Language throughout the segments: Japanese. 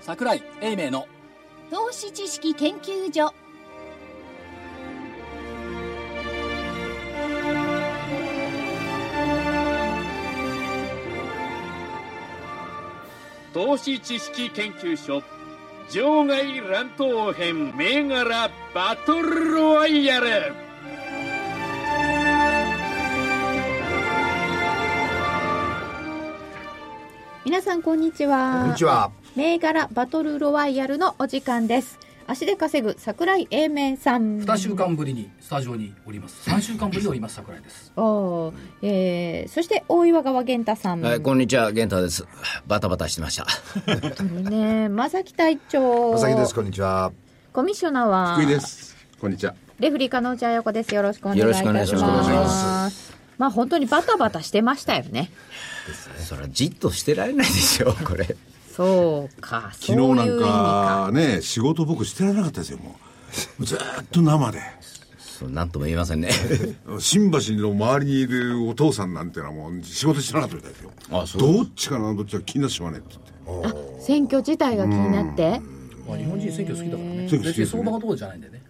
桜井英明の投資知識研究所投資知識研究所場外乱闘編銘柄バトルロワイヤル皆さんこんにちはこんにちは銘柄バトルロワイヤルのお時間です足で稼ぐ桜井英明さん2週間ぶりにスタジオにおります3週間ぶりにおります桜井ですおーえー、そして大岩川源太さん、はい、こんにちは、源太です。バタバタしてました。本当にね正木隊長まさきです、こんにちは。コミッショナーは福井です。こんにちは。レフリー加納内彩子ですよろしくお願いいたしよますろしくお願いしますまあ本当にバタバタしてましたよね そら、じっとしてられないでしょ、これ。そうか昨日なそういんう意味かね、仕事僕してられなかったですよ、もう。ずーっと生で。そうなんとも言いませんね。新橋の周りにいるお父さんなんてのはもう仕事してなかったみたいですよ。あそうどっちかな、どっちか気になってしまわねえって言って。選挙自体が気になってまあ日本人選挙好きだからね選挙好別きでにすね相場がどうじゃないんでね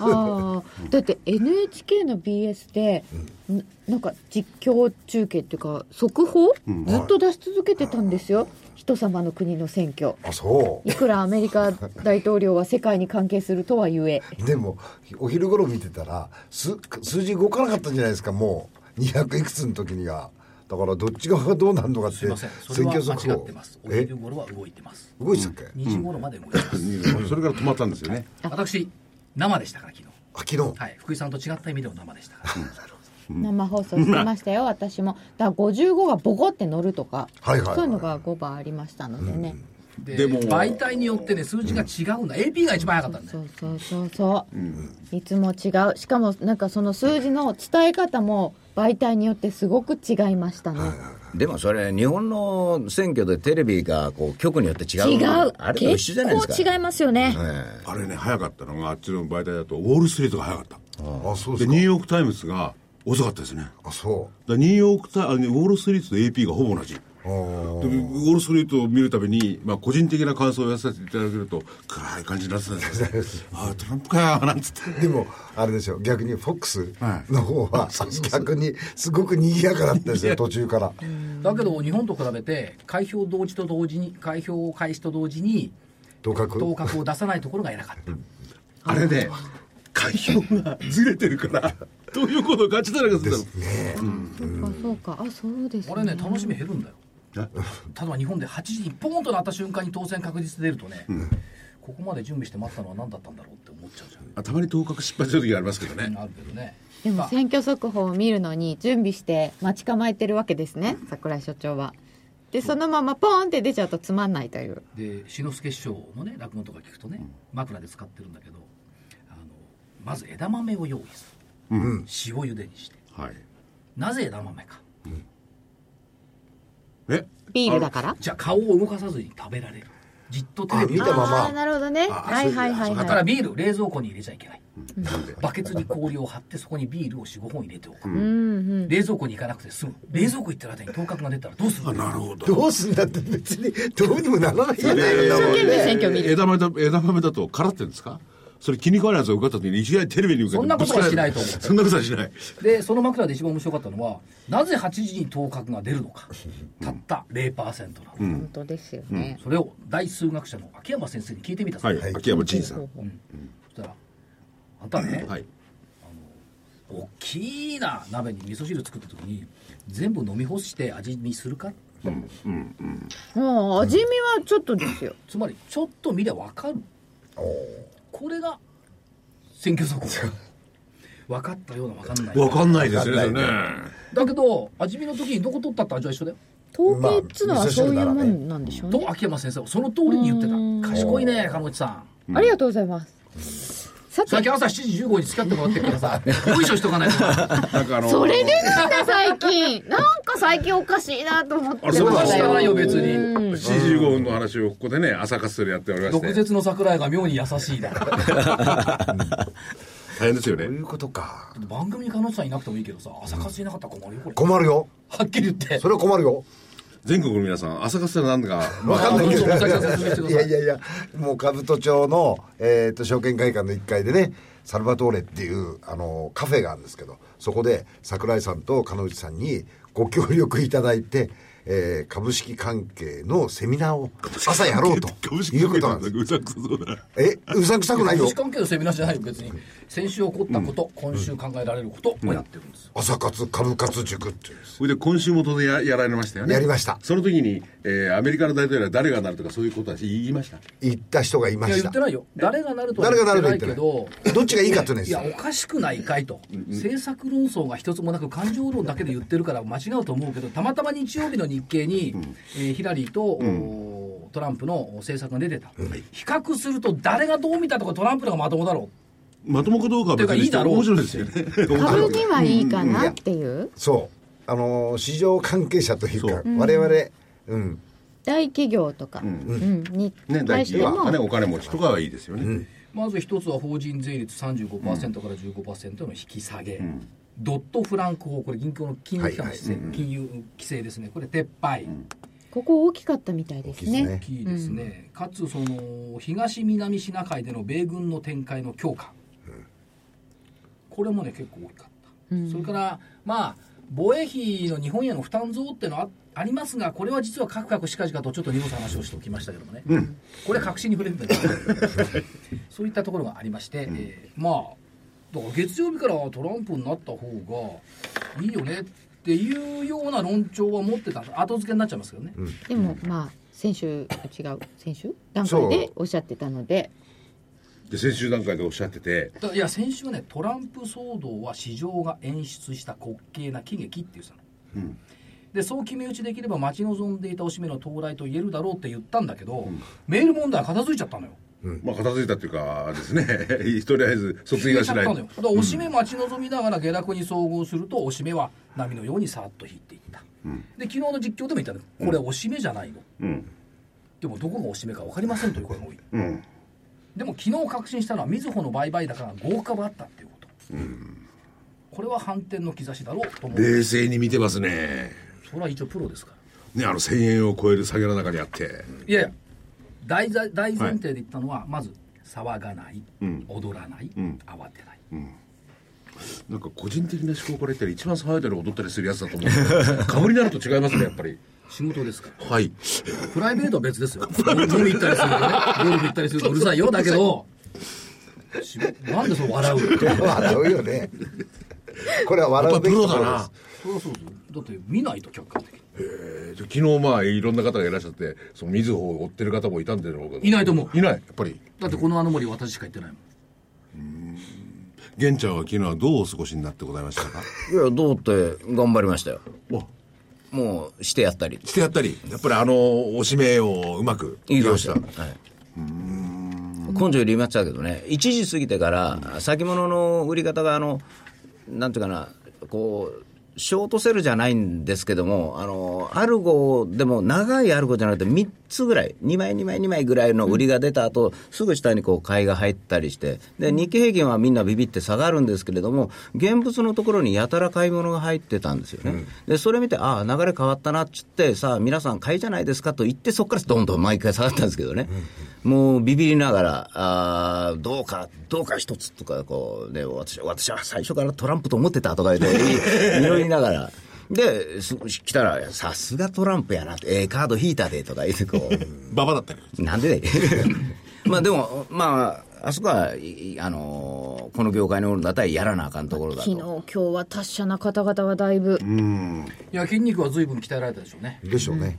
ああだって NHK の BS で、ななんか実況中継っていうか速報、ずっと出し続けてたんですよ人様の国の選挙あ、そいくらアメリカ大統領は世界に関係するとはゆえう。でも、お昼頃見てたら、数、数字動かなかったんじゃないですか、もう。200いくつの時には。だから、どっち側がどうなるのかって、すいませんそれは間違ってますおえ昼、頃は動いてます動いてたっけ、 2時頃まで動いてます、それから止まったんですよね。私生でしたから昨日あ、昨日。はい福井さんと違った意味での生でしたから生放送してましたよ私もだから55がボコって乗るとか、はいはいはいそういうのが5番ありましたのでね、で でも媒体によってね数字が違うんだ、AP が一番早かったんだそようそうそうそう、いつも違うしかもなんかその数字の伝え方も媒体によってすごく違いましたね、 でもそれ、日本の選挙でテレビが、こう、局によって違う。違うあれと一緒結じゃないですか。構違いますよね、あれね、早かったのが、あっちの媒体だと、ウォールストリートが早かった。あ、そうでで、ニすュか。ーヨークタイムズが遅かったですね。あ、そだからニューヨークタイあウォール・ストリートと AP がほぼ同じでう。あウォール・ストリートを見るたびに、まあ、個人的な感想をやらせていただけると暗い感じになってたんです よああトランプかーなんつってーでも、あれですよ、逆に、フォックスはいの方は、逆に、すごく賑やかだったんですよ、途中から。だけど日本と比べて開票同時と同時に開票開始と同時に同格当確を出さないところが偉かったあれね開票がずれてる からどういうことかちたらかすんだろそうかそうかあそうですこれね楽しみ減るんだよ例えば日本で8時にポーンとなった瞬間に当選確実で出るとね、ここまで準備して待ったのは何だったんだろうって思っちゃうじゃうたまに当確失敗する時がありますけどねんあるけどねでもまあ選挙速報を見るのに準備して待ち構えてるわけですね桜井所長はでそのままポーンって出ちゃうとつまんないというで志の輔師匠のね落語とか聞くとね枕で使ってるんだけどあのまず枝豆を用意する、塩茹でにしてはいなぜ枝豆かえビールだからじゃあ顔を動かさずに食べられるじっとテレビあ見たままーなるほどねはいはいはいだかはらいビール冷蔵庫に入れちゃいけない、バケツに氷を張ってそこにビールを45本入れておく、冷蔵庫に行かなくて済む冷蔵庫行ったらに頭角が出たらどうするあなるほどどうすんだって別にどうにもならないじゃないの一生懸命選挙見る枝豆だ枝豆だと空ってんですかそれ気に食わないやつが受かった時にいきなりテレビに向かってそんなことはしないと思うぶつかれる そんなことはしないでその枕で一番面白かったのはなぜ8時に頭角が出るのかたった0%なの、本当ですよね、それを大数学者の秋山先生に聞いてみたそうはでい、す、秋山仁さん、そしたらあんたね、はい、大きいな鍋に味噌汁作った時に全部飲み干して味見するかもう味見はちょっとですよつまりちょっと見りゃ分かるこれが選挙速報分かったような分かんないわかんないですよねわだけど味見の時にどこ取ったって味は一緒だよ統計っつうのはそういうもんなんでしょうね,、と秋山先生はその通りに言ってた賢いね鴨内さんありがとうございますさ最て近朝7時15に付き合ってもらってるから さよいしょしとかないとなんかあのそれでなんだ最近なんか最近おかしいなと思ってまあそうなんだした知らよないよ別に7時15分の話をここでね朝活それやっておりまして毒舌の桜井が妙に優しいだ大変ですよといねうことか番組に彼女さんいなくてもいいけどさ朝活いなかったら困るよこれ困るよはっきり言ってそれは困るよ全国の皆さん、朝活ってなんだか、わかんないけど。あそうそうそうそういやいやいや、もう兜町の、えっ、と、証券会館の1階でね、サルバトーレっていう、あの、カフェがあるんですけど、そこで桜井さんと金内さんにご協力いただいて、えー株式関係のセミナーを朝やろうと株式いうこ会とななんんでだす。うさんくさそうだ。え、うさんくさくないよ私。関係のセミナーじゃないよ別に先週起こったこと、今週考えられることをやってるんですよ、朝活株活塾っていう。それで今週も当然ややられましたよね。やりましたその時に、えーアメリカの大統領は誰がなるとかそういうことは言いました。行った人がいまいやし言たって。ないよ誰がなるとは誰がなると言はって言ないっけてないどどっちがいいかってねいやおかしくないかいと政策論争が一つもなく感情論だけで言ってるから間違うと思うけどたまたま日曜日の日経に、えーヒラリーと、おトランプの政策が出てた、比較すると誰がどう見たとかトランプの方がまともだろまともかどうかは別にしててかいいだろう面白いですよね。株にはいいかなっていうそう。あのー市場関係者というそかう、我々、うん、大企業とか、うんに ね、大対して企業も、はね、お金持ちとかはいいですよね。まず一つは法人税率35%から15%の引き下げ、ドット・フランク法これ銀行の金融機関の規制、金融規制ですねこれ撤廃、ここ大きかったみたいですね 大大きいですね、かつその東南シナ海での米軍の展開の強化、これもね結構大きかった、それからまあ防衛費の日本への負担増っていうのはあありますがこれは実はカクカクしかじかとちょっと荷物の話をしておきましたけどもね、これ確信に触れるんだけど そういったところがありまして、えーまあだから月曜日からトランプになった方がいいよねっていうような論調は持ってた後付けになっちゃいますけどね、でもまあ先週違う先週段階でおっしゃってたのでで、先週段階でおっしゃってて、だいや先週はねトランプ騒動は市場が演出した滑稽な喜劇っていうさ、でそう決め打ちできれば待ち望んでいたおしめの到来と言えるだろうって言ったんだけど、メール問題は片付いちゃったのよまあ、片付いたっていうかですね、 とりあえず卒消え業はちしゃっなたいのよだからおしめ待ち望みながら下落に総合するとおしめは波のようにさーっと引いていった、で昨日の実況でも言ったのこれおしめじゃないの、んでもどこがおしめか分かりませんという声が多い、でも昨日確信したのはみずほの売買高が合株あったっていうこと、これは反転の兆しだろうと思う冷静に見てますね。それは一応プロですからね、あの1000円を超える下げの中にあって、いやいや大ざ大前提で言ったのは、まず騒がない、踊らない、慌てない、なんか個人的な思考から言ったら一番騒いだり踊ったりするやつだと思うんです けど、株になると違いますね、やっぱり。仕事ですからはい。プライベートは別ですよ。飲み行ったりするとね、ゴルフ行ったりするとうるさいよ、だけど、しなんでそう笑うって。笑うよね。これは笑うべきところです。。そりゃそうですよだって見ないと客観的に。えーと昨日まあいろんな方がいらっしゃって、その水穂を追ってる方もいたんでろうけど。いないと思ういない、やっぱり。だってこのあの森私しか行ってないもん。玄ちゃんは昨日はどうお過ごしになってございましたかいや、どうって頑張りましたよ。おもう、してやったり。してやったり、やっぱりあの、おしめをうまくいいした。はい。根性入りましたけどね、1時過ぎてから、先物の売り方が、あの、なんていうかな、こう、ショートセルじゃないんですけども、あの、アルゴでも長いアルゴじゃなくて3つぐらい、2枚2枚2枚ぐらいの売りが出た後、すぐ下にこう買いが入ったりして、で、日経平均はみんなビビって下がるんですけれども、現物のところにやたら買い物が入ってたんですよね。で、それ見て、ああ、流れ変わったなっつって、さあ、皆さん買いじゃないですかと言って、そこからどんどん毎回下がったんですけどね。もうビビりながら、あーどうか、どうか一つとか、こう、ね、私私は最初からトランプと思ってたとか言 って、いろいろながら。で、す来たら、さすがトランプやなって、ええカード引いたでとか言って、こう、ババだったり。なんで だいまあでも、まあ、あそこは、いあのーこの業界のだったらやらなあかんところだ昨日と。今日は達者な方々はだいぶいや、筋肉は随分鍛えられたでしょうね。でしょうね。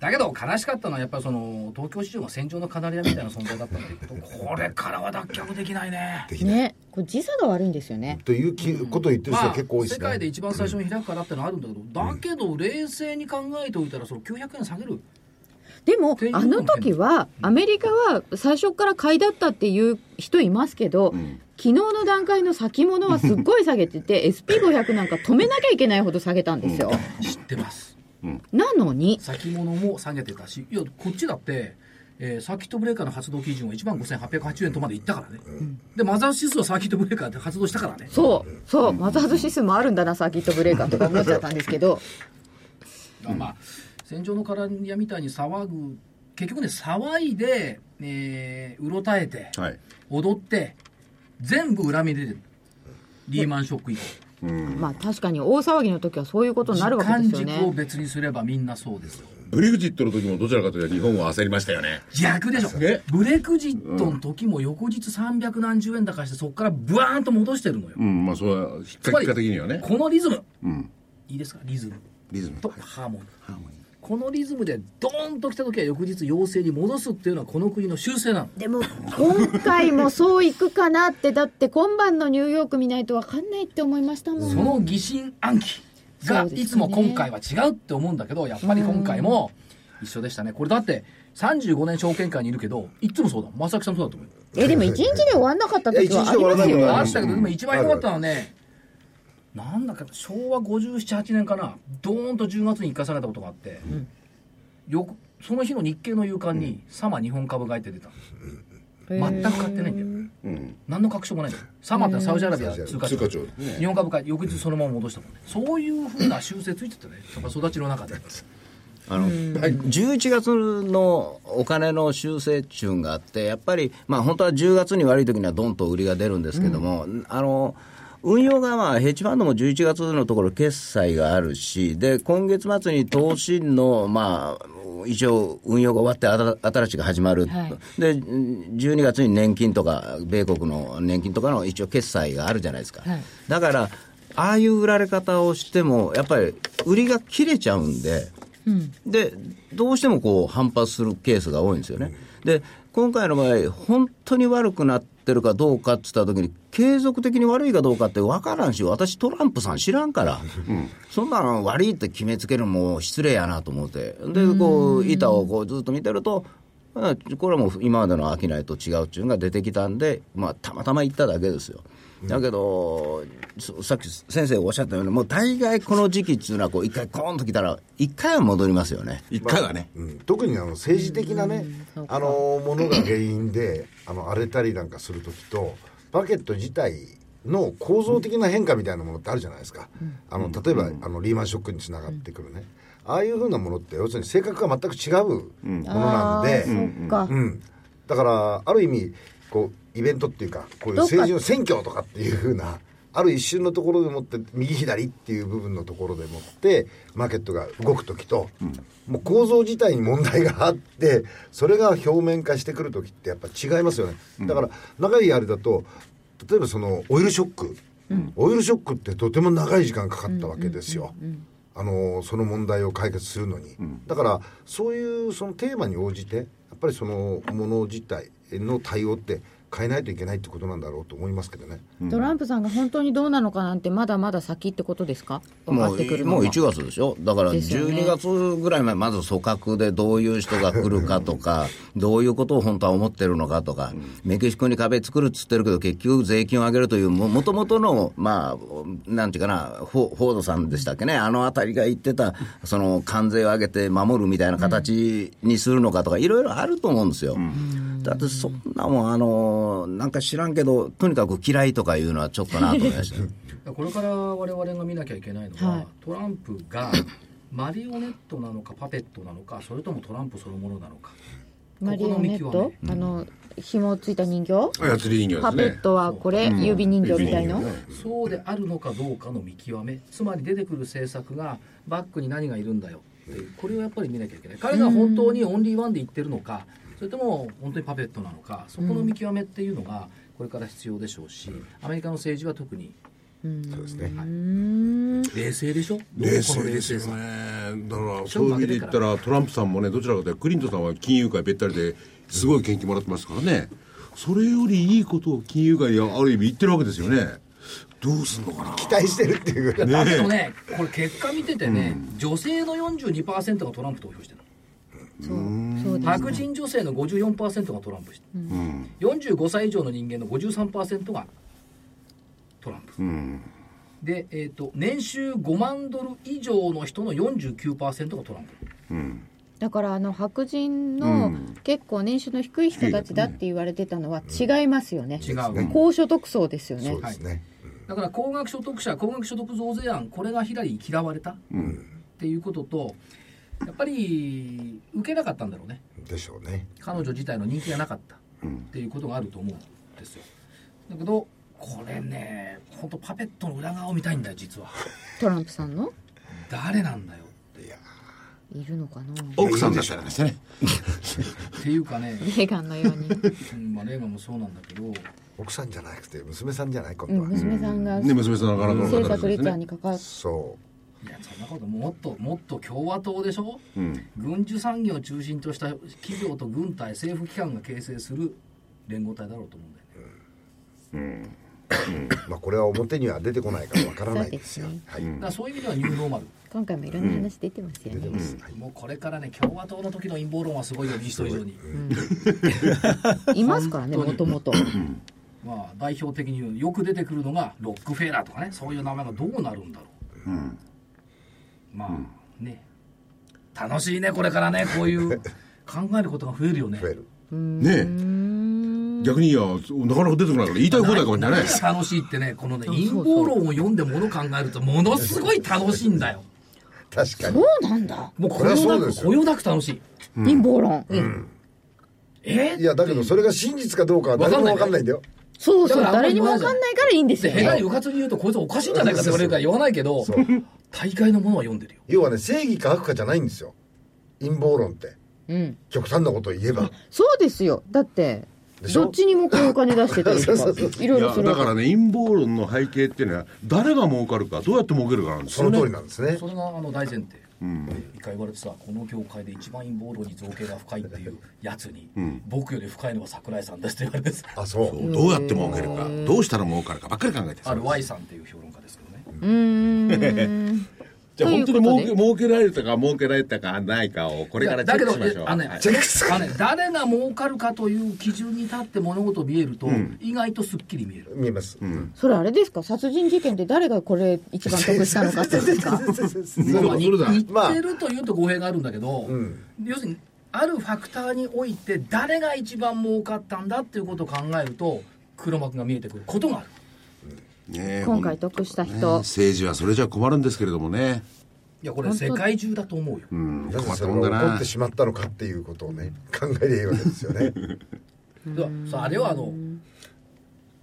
だけど悲しかったのはやっぱりその東京市場の戦場のカナリアみたいな存在だったんだけど、 これからは脱却できないね。ねこれ時差が悪いんですよねというきことを言ってる人は結構多いで世すね。界で一番最初に開くからってのはあるんだけど、だけど冷静に考えておいたらその900円下げるでも天井のあ変の時はアメリカは最初から買いだったっていう人いますけど、昨日の段階の先物はすっごい下げて て SP500 なんか止めなきゃいけないほど下げたんですよ、知ってます。なのに先物も下げてたし、いや、こっちだって、えーサーキットブレーカーの発動基準は1万5880円とまでいったからね、で、マザー指数はサーキットブレーカーで発動したからね、そうそうマザーズ指数もあるんだなサーキットブレーカーとか思っちゃったんですけどあまあ、戦場の絡み屋みたいに騒ぐ結局ね騒いで、えーうろたえて、はい踊って全部恨み出てるリーマンショック以降まあ確かに大騒ぎの時はそういうことになるわけですよ時間軸をね。別にすればみんなそうですよブレグジットの時もどちらかというと日本は焦りましたよね。逆でしょえブレクジットの時も翌日300何十円高してそこからブワーンと戻してるのよ、うん、まあそれは、ひっかきか的にはね。このリズム、いいですかリズムリズム。とハーモニー,、このリズムでドーンと来た時は翌日要請に戻すっていうのはこの国の習性なのでも今回もそういくかなってだって今晩のニューヨーク見ないとわかんないって思いましたもん。その疑心暗鬼がそうですねいつも今回は違うって思うんだけどやっぱり今回も一緒でしたねこれだって35年証券会にいるけどいつもそうだ正木さんもそうだと思うえでも一日で終わんなかったいや時一は日あで終りわらまなすいよ。のあはしたけど、でも一番ひどかったのはね、なんだか、昭和578年かな、ドーンと10月に生かされたことがあって、よくその日の日経の夕刊に、サマ日本株買いって出たの全く買ってないんだよ、何の確証もないんだよサマってサウジアラビア通貨通庁貨庁ですね日本株買い翌日そのまま戻したもんねそういうふうな修正ついてたねやっぱ育ちの中であの、11月のお金の修正中があって、やっぱり、まあ、本当は10月に悪い時にはどんと売りが出るんですけども、あの運用が、まあ、ヘッジファンドも11月のところ、決済があるし、で今月末に投資の、まあ、一応、運用が終わってあた、新しく始まる、はいで12月に年金とか、米国の年金とかの一応、決済があるじゃないですか。はいだからああいう売られ方をしても、やっぱり売りが切れちゃうんで、で、どうしてもこう反発するケースが多いんですよね。で、今回の場合、本当に悪くなってるかどうかって言った時に、継続的に悪いかどうかって分からんし、私、トランプさん知らんから、そんなの悪いって決めつけるのも失礼やなと思って、で、こう、板をこうずっと見てると、まあこれはもう今までの商いと違うっていうのが出てきたんで、まあ、たまたま行っただけですよ。だけど、そさっき先生おっしゃったように、もう大概この時期っていうのはこう、一回コーンときたら、一回は戻りますよね。一回はね。うん特にあの政治的なね、あのものが原因であの荒れたりなんかする時とバケット自体の構造的な変化みたいなものってあるじゃないですか、あの例えば、あのリーマンショックにつながってくるね、ああいうふうなものって要するに性格が全く違うものなんで、あーそっか。うん、だからある意味こうイベントっていうかこういうどっか政治の選挙とかっていうふうなある一瞬のところでもって右左っていう部分のところでもってマーケットが動く時と、もう構造自体に問題があってそれが表面化してくる時ってやっぱ違いますよねだから長いあれだと例えばそのオイルショック、オイルショックってとても長い時間かかったわけですよ。あのその問題を解決するのに、だからそういうそのテーマに応じてやっぱりそのもの自体の対応って変えないといけないってことなんだろうと思いますけどね、トランプさんが本当にどうなのかなんてまだまだ先ってことですか分かもっうてくるのもうは1月でしょ、だからですよね12月ぐらいまで、まず組閣でどういう人が来るかとか、どういうことを本当は思ってるのかとか、メキシコに壁作るっつってるけど、結局、税金を上げるという、ももともとの、まあ、なんていうかな、フォフォードさんでしたっけね、あのあたりが言ってた、その関税を上げて守るみたいな形にするのかとか、いろいろあると思うんですよ。だってそんなもん、あのなんか知らんけど、とにかく嫌いとかいうのはちょっとなと思いました。 これから我々が見なきゃいけないのは、はいトランプがマリオネットなのかパペットなのかそれともトランプそのものなのかマリオネッここのト幹、あの紐をついた人形操り人パ形ペでッすね。トはこれ、指人形みたいの、そうであるのかどうかの見極めつまり出てくる政策がバックに何がいるんだよっていうこれをやっぱり見なきゃいけない彼が本当にオンリーワンで言ってるのかそれとも本当にパペットなのかそこの見極めっていうのがこれから必要でしょうしアメリカの政治は特にそうですね、冷静でしょ冷静ですよどうこの冷ね。だから、そういう意味で言ったら、トランプさんもね、どちらかというと、クリントンさんは金融界べったりですごい研究もらってますからね。それよりいいことを金融界にある意味言ってるわけですよね。どうすんのかな。期待してるっていうぐらだいけどねこれ結果見ててね、女性の42%がトランプ投票してるそうそうです白人女性の54%がトランプしてる、45歳以上の人間の53%がトランプ、で、えー、と年収5万ドル以上の人の49%がトランプだからあの白人の結構年収の低い人たちだって言われてたのは違いますよね、違う、高所得層ですよねそうですね、だから高額所得者高額所得増税案これがヒラリー嫌われた、っていうこととやっぱり受けなかったんだろうねでしょうね彼女自体の人気がなかったっていうことがあると思うんですよだけどこれね本当パペットの裏側を見たいんだよ実はトランプさんの誰なんだよっているのかな奥さんだったらですねっていうかね、レーガンのように、うんまあ、レーガンもそうなんだけど奥さんじゃなくて娘さんじゃない今う度は、ん、娘さんがね娘さんなかなかの性方確です率ねにかかっそいやそんなこともっともっと共和党でしょ、うん軍需産業を中心とした企業と軍隊政府機関が形成する連合体だろうと思うんだよねうまあこれは表には出てこないからわからないですよそうですはい、だからそういう意味ではニューノーマル今回もいろんな話出てますよ出てね、ます、はいもうこれからね共和党の時の陰謀論はすごいよ民主党以上に、いますからねもともとまあ、代表的に言うよく出てくるのがロックフェラーとかねそういう名前がどうなるんだろう、まあ、ね楽しいねこれからねこういう考えることが増えるよね 増えるねえ逆にいやなかなか出てこないから言いたい放題かもしれないね何が楽しいってねこのね陰謀論を読んでもの考えるとものすごい楽しいんだよ確かにそうなんだもうここれよはそうなでくすよこよなく楽しい陰謀論、えいやだけどそれが真実かどうかは誰もわかんないんだよそうそうだからあんま誰りにも分かんないからいいんですでよ下手ねにうかつに言うとこいつおかしいんじゃないかって言われるから言わないけど大会のものは読んでるよ要はね正義か悪かじゃないんですよ陰謀論ってうん極端なことを言えばそうですよだってでしょどっちにもこうお金出してたりとそうそうそかいろいいろやするだわからね陰謀論の背景っていうのは誰が儲かるかどうやって儲けるかなんですそよのね通りなんですねそれがあの大前提、一回言われてさこの業界で一番陰謀論に造形が深いっていうやつに、僕より深いのは桜井さんですって言われてさあそうどうやって儲けるかどうしたら儲かるかばっかり考えてあるる Y さんっていう評論家ですけどねじゃあと本いう当ことに儲でけ儲けられるとか儲けられたかないかをこれからチェックしましょだけどえうあのねチェックするあのね誰が儲かるかという基準に立って物事を見えると、意外とすっきり見える見えます、それあれですか殺人事件で誰がこれ一番得したのかって ことですかそうまあそうだ似まあてるというと語弊があるんだけど、ん要するにあるファクターにおいて誰が一番儲かったんだっていうことを考えると黒幕が見えてくることがあるねえ今回得したねえ人政治はそれじゃ困るんですけれどもねいやこれ世界中だと思うよ、うんなぜ困ったそもれんだが起こっなてしまったのかっていうことをね考えりゃいいわけですよ ねだからさあれはあの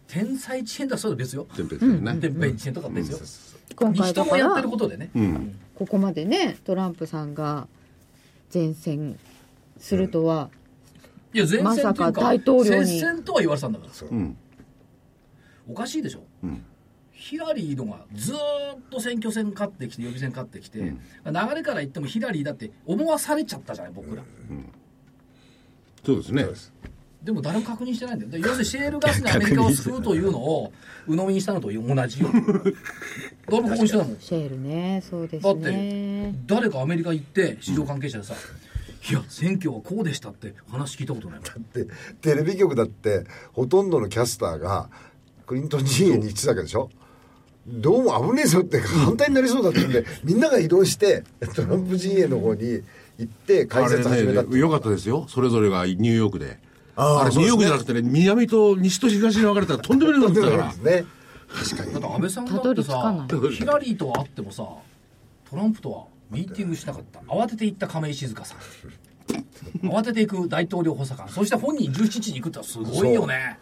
天才遅延とはそれは別よ天平っていうね天平遅延とかは別よ、今回人だもかやってらることでね、うんここまでねトランプさんが前線するとは、いや前線っていまさうかか大統領に接戦とは言われてたんだからうんおかしいでしょ、んヒラリーのがずーっと選挙戦勝ってきて予備選勝ってきて、流れから言ってもヒラリーだって思わされちゃったじゃない僕ら、そうですねでも誰も確認してないんだよだから要するにシェールガスがアメリカを救うというのを鵜呑みにしたのと同じよ 誰も確認してないもんシェールねそうですね誰かアメリカ行って市場関係者でさ、いや選挙はこうでしたって話聞いたことないもんでテレビ局だってほとんどのキャスターがクリントン陣営に行ってたわけでしょどうも危ねえぞって反対になりそうだったんでみんなが移動してトランプ陣営の方に行って解あれ説始めたってねいうよかったですよそれぞれがニューヨークであーあれそニうューですねヨークじゃなくてね南と西と東に分かれたらとんでもないことだったからですねだって安倍さんだたどってり着かなさいヒラリーとは会ってもさトランプとはミーティングしなかった慌てて行った亀井静香さん慌てていく大統領補佐官そして本人17日に行くってのはすごいよね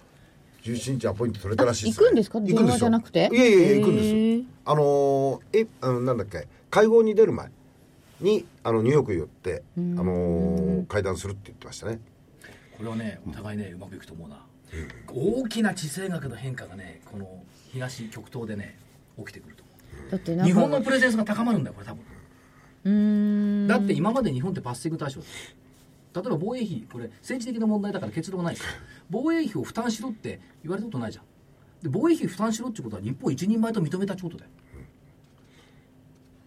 17日アポイント取れたらしい行くんですか行く電話じゃなくていやいやいや行くんへですーあのーえあのなんだっけ会合に出る前にあのニューヨーク寄って、あのー会談するって言ってましたねこれはねお互いねうまくいくと思うな大きな地政学の変化がねこの東極東でね起きてくると思うだってなんか日本のプレゼンスが高まるんだよこれ多分うーんだって今まで日本ってパッシング対象です例えば防衛費これ政治的な問題だから結論ないですよ防衛費を負担しろって言われたことないじゃんで防衛費負担しろってことは日本一人前と認めたってことだよ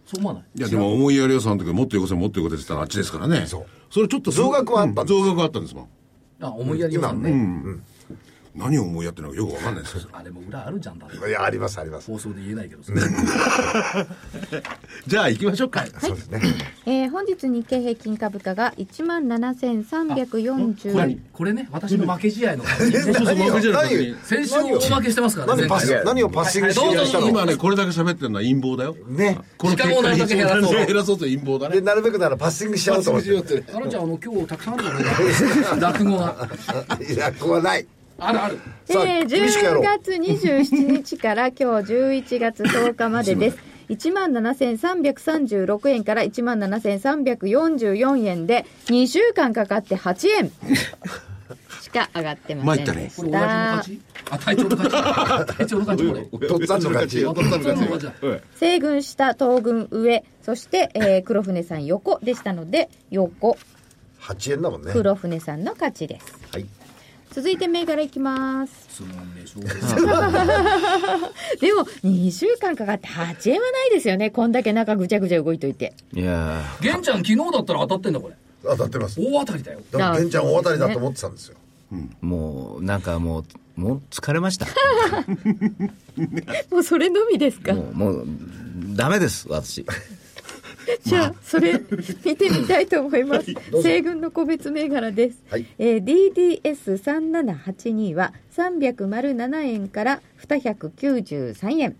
そう思わないいやでも思いやり予算の時はもっとよこせもっとよこせって言ったらあっちですからねそうそれちょっと増額はあったんです増額はあったんですもんあ思いやり予今算ね、ね、うん何を思いやってるのかよくわかんないですけ どあれも裏あるじゃんだっていやありますあります放送で言えないけどさじゃあ行きましょうかそうですねえー、本日日経平均株価が1万7340これこれね私の負け 試合のそうそう何負けじゃない何を先週大負けしてますからね何をパス前回何をパッシングしようとしたの今ねこれだけ喋ってるのは陰謀だよねこの結時間を果なるにだけ減らそう減らそうという陰謀だでねなるべくならパッシングしちゃおうと思ってあのちゃんあの今日たくさんあるじゃない落語がいやこはないあるあるさあえー、厳しくやろ10う月27 日から今日11月10日までです。1万7336円から1万7344円で2週間かかって8円しか上がってませんでこしれ親父のた勝。ちあ隊長の勝ち 隊長の勝ちこれとっつぁんの勝ちとっつぁんの勝ちうよ西軍下、東軍上、そして、えー黒船さん横でしたので、横、 8円だもんね黒船さんの勝ちです。はい続いて銘柄いきます。質問でし ょでも2週間かかって8円はないですよねこんだけ中ぐちゃぐちゃ動いといていや玄ちゃん昨日だったら当たってんだこれ当たってます大当たりだよだからベンちゃん大当たりだと思ってたんですよーもうなんかもうもう疲れましたもうそれのみですかもうもうダメです私じゃあ、それ、見てみたいと思います。西軍の個別銘柄です。はいえー、DDS3782 は307円から293円。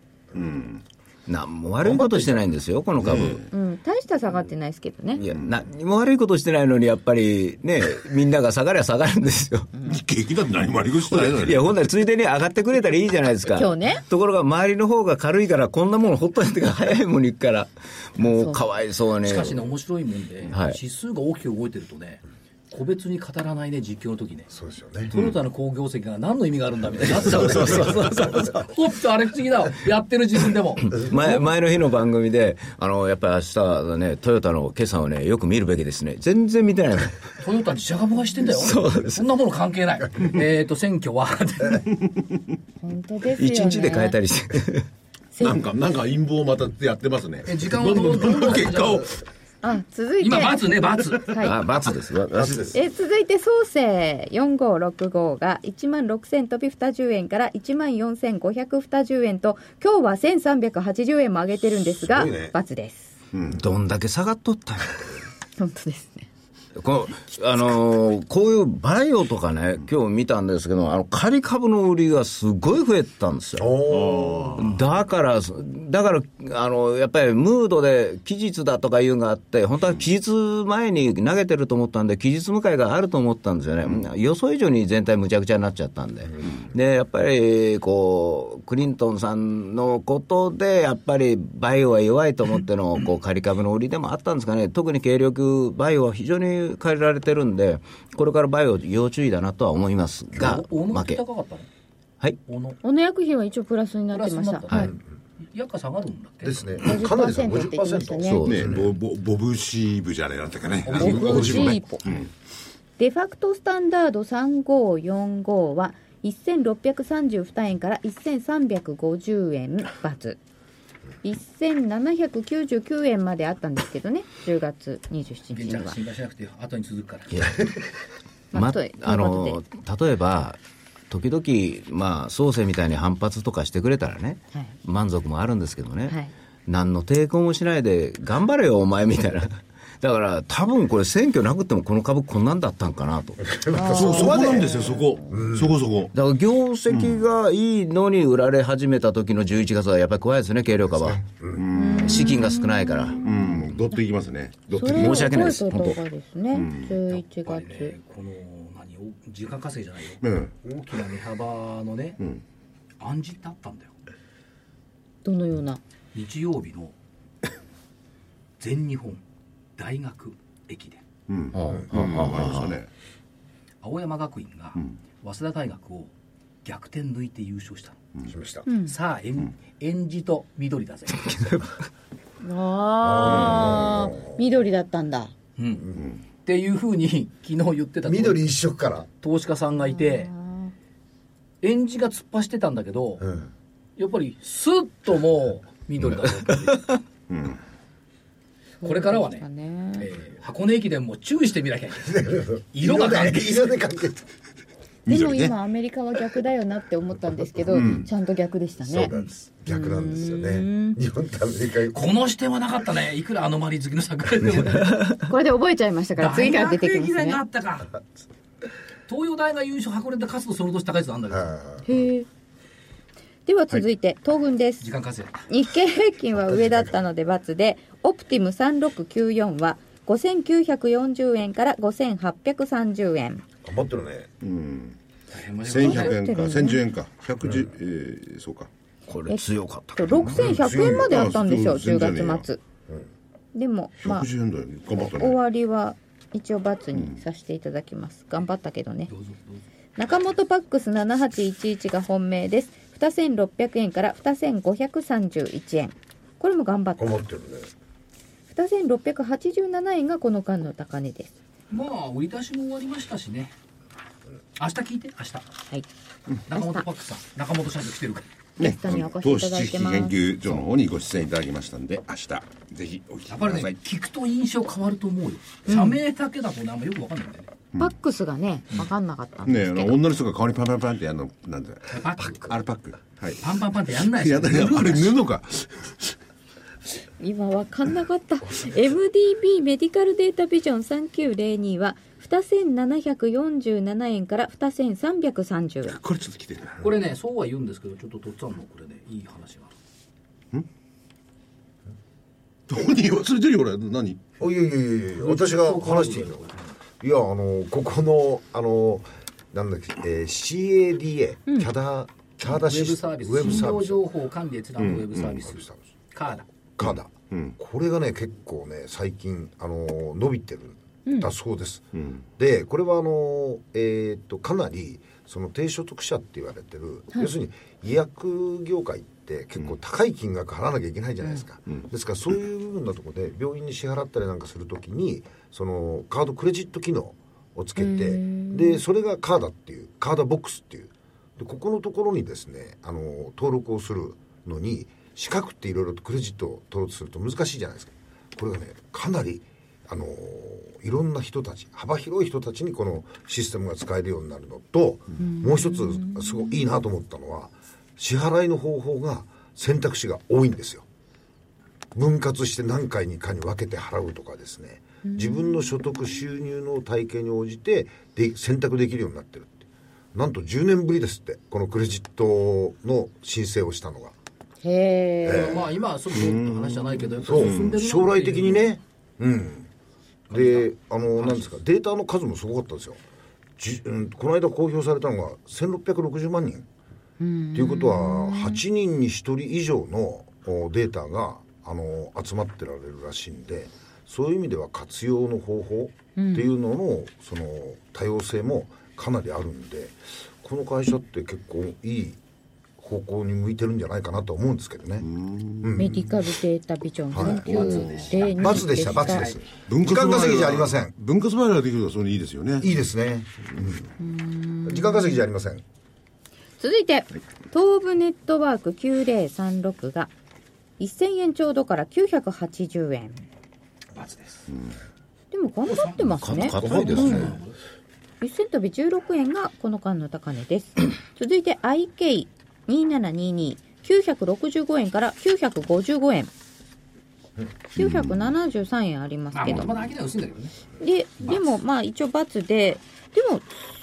何も悪いことしてないんですよこの株、うん、大した下がってないですけどねい。や何も悪いことしてないのにやっぱりねみんなが下がりゃ下がるんですよ日経平均だって何もありぐしてないのいにや、ほんならついでに上がってくれたらいいじゃないですか。今日ねところが周りの方が軽いから、こんなものほっといてが早いもんに行くから、もうかわいそうに。しかしね面白いもんではい指数が大きく動いてるとね個別に語らないね実況の時ねそうですよねトヨタの好業績が何の意味があるんだみたいになっちゃうそうそうそうそうほっとあれ不思議だわやってる自分でも前前の日の番組で、あの、やっぱり明日ね、トヨタの決算をね、よく見るべきですね。全然見てないの。トヨタ自社株買いしてんだよそんなもの関係ないえっと選挙は本当ですよね。一日で変えたりして。なんかなんか陰謀をまたやってますねえ時間をどんどんどんどん結果をあ、続いて。今罰ね罰はい。あ、罰です。わ罰です。えー続いて創生4565が1万6000飛び20円から1万4520円と今日は1380円も上げてるんですがすごいね罰ですどんだけ下がっとったの本当ですねこのあのーこういうバイオとかね、今日見たんですけど、あの、仮株の売りがすごい増えたんですよ。だから、だから、あの、やっぱりムードで期日だとかいうのがあって、本当は期日前に投げてると思ったんで、期日迎えがあると思ったんですよね。予想以上に全体むちゃくちゃになっちゃったんで。で、やっぱり、こう、クリントンさんのことで、やっぱりバイオは弱いと思っての、こう、仮株の売りでもあったんですかね。特に軽量級、バイオは非常に借りられてるんで、これからバイオ要注意だなとは思いますが、大野負ってけ。高かったのはい。大野小野薬品は一応プラスになってまプラスしたになったはいやっぱ下がるんだっけですね50%かなりですねって言いましたね50%そうねボボボブシーブじゃねえなんだっけねボブシーねポデファクトスタンダード3545は1632円から1350円罰1799円まであったんですけどね10月27玄日ちにゃんは心配しなくてよ後に続くからままあということであの例えば時々まあ創世みたいに反発とかしてくれたらね、はい満足もあるんですけどね、はい何の抵抗もしないで頑張れよお前みたいな だから多分これ選挙なくてもこの株こんなんだったんかなとそうそこなんですよそこそこそこだから業績がいいのに売られ始めた時の11月はやっぱり怖いですね軽量化は、資金が少ないから、うんどっといきますねどっといき申し訳ないですそれを覚え本ておいた方がですね11月この何お時間稼ぎじゃないようん大きな値幅のね、暗示ってあったんだよどのような日曜日の全日本大学駅伝うん当うんうんわかりましたね青山学院が早稲田大学を逆転抜いて優勝したの、しましたさあえん、えんじと緑だぜ、あー緑だったんだうんっていうふうに昨日言ってた緑一色から投資家さんがいてえんじが突っ走ってたんだけど、うんやっぱりスッともう緑だぞっていうこれからはねそうでしたねえー箱根駅伝も注意してみなきゃいけない色色がで関係して色で関で係も緑ね今アメリカは逆だよなって思ったんですけど、ちゃんと逆でしたそうねなんです逆なんですよね日本とアメリカこの視点はなかったねいくらアノマリ好きの桜井でもねこれで覚えちゃいましたから次から出てきま大学駅す伝ねがあったか東洋大が優勝箱根で勝つとその年高いやつあんだけどあへえでは続いて、東軍です時間稼い日経平均は上だったので×でオプティム3694は5940円から5830円ー頑張ってるね大変申し訳ない1100円か1010円か110、えーそうかこれ強かったと6100円まであったんですよ全10然ね月末でもまあ110円だよね頑張った終ねわりは一応×にさせていただきます頑張ったけどねどうぞどうぞ中本パックス7811が本命です2600円から2531円これも頑張った頑張ってるね2687円がこの間の高値ですまあ売り出しも終わりましたしね明日聞いて明日はい中本パックさん中本社長来てるからねゲストにお越し投いた資だい知て識ます研究所の方にご出演いただきましたんで明日ぜひお聞きやっくぱだりさねい聞くと印象変わると思うよ社名だけだとねあんまよく分かんないんだよねパックスがね分かんなかったんねであすのけど、女の人が顔にパンパンパンってやるのなんだよパックアルパックはいパンパンパンってやんないいでやすだからあれ塗るのか今わかんなかった MDB メディカルデータビジョン3902は2747円から2330円これちょっと来てるなこれねそうは言うんですけどちょっととっつぁんのこれねいい話がある本人忘れてるよこれ何おいやいやいやいや私が話していいのいやあのここのあのなんだっけ、えー、CADA、キャダキャダウェブサービスウェブ信サー用ビス情報管理閲覧のウェブサービス、カーダカダ、これがね結構ね最近あのー伸びてるんだそうです、でこれはあのーえーっとかなりその低所得者って言われてる、要するに医薬業界って結構高い金額払わなきゃいけないじゃないですか、ですからそういう部分のところで病院に支払ったりなんかするときにそのカードクレジット機能をつけてでそれがカーダっていうカーダボックスっていうでここのところにですねあの登録をするのに資格っていろいろとクレジットを登録すると難しいじゃないですかこれがねかなりあのいろんな人たち幅広い人たちにこのシステムが使えるようになるのともう一つすごいいいなと思ったのは支払いの方法が選択肢が多いんですよ分割して何回にかに分けて払うとかですね自分の所得収入の体系に応じてで選択できるようになってるってなんと10年ぶりですってこのクレジットの申請をしたのがへえまあ今はそれの話じゃないけどやっぱそう進んでるなっていう将来的にねうんであのなんですかデータの数もすごかったですよじ、うん、この間公表されたのが1660万人ということは8人に1人以上のおデータがあの集まってられるらしいんでそういう意味では活用の方法っていうのの,、その多様性もかなりあるんでこの会社って結構いい方向に向いてるんじゃないかなと思うんですけどね。メディカルデータビジョン3902バツでした、バツです。分時割払いは間稼ぎじゃありません。分割払いができるのはそれでいいですよねいいですね。うん時間稼ぎじゃありません。続いて東武ネットワーク9036が1000円ちょうどから980円罰ですでも頑張ってますね硬いですね、 1セント日16円がこの間の高値です 続いて IK2722965 円から955円973円ありますまあけもどともと商いは薄いんだけどねででもまあ一応×ででも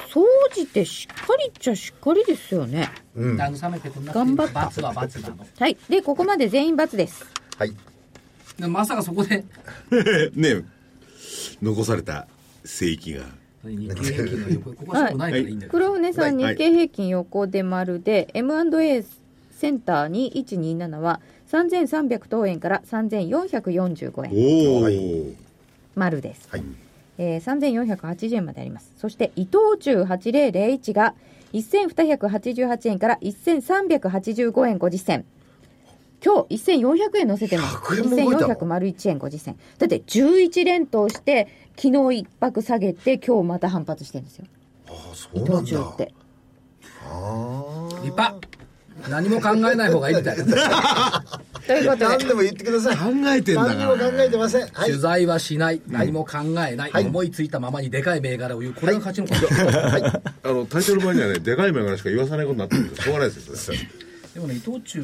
総じてしっかりっちゃしっかりですよねうん。は慰めてくんなくて頑張った罰は罰なのはいでここまで全員×ですい。でまさかそこでね残された聖域が日経平均の横ここはしょくないからいいんだけど、黒船さんは日い経平均横で丸で M&A センター2127は3300等円から3445円おお、丸です、はい。えー、3480円までありますそして伊藤忠8001が1288円から1385円50銭今日1400円乗せてます100円も動いたの1400丸1円50銭だって11連投して昨日一泊下げて今日また反発してるんですよああ、そ伊うな藤ん忠だ。ってああ。立派何も考えない方がいいみたいなということで何でも言ってください。考えてんだから何にも考えてません。はい取。材はしない、何も考えない、はい思いついたままにでかい銘柄を言う、これが勝ちのか、あのタイトル前にはねでかい銘柄しか言わさないことになってるんでしょうがないですよそ れでもね、伊藤忠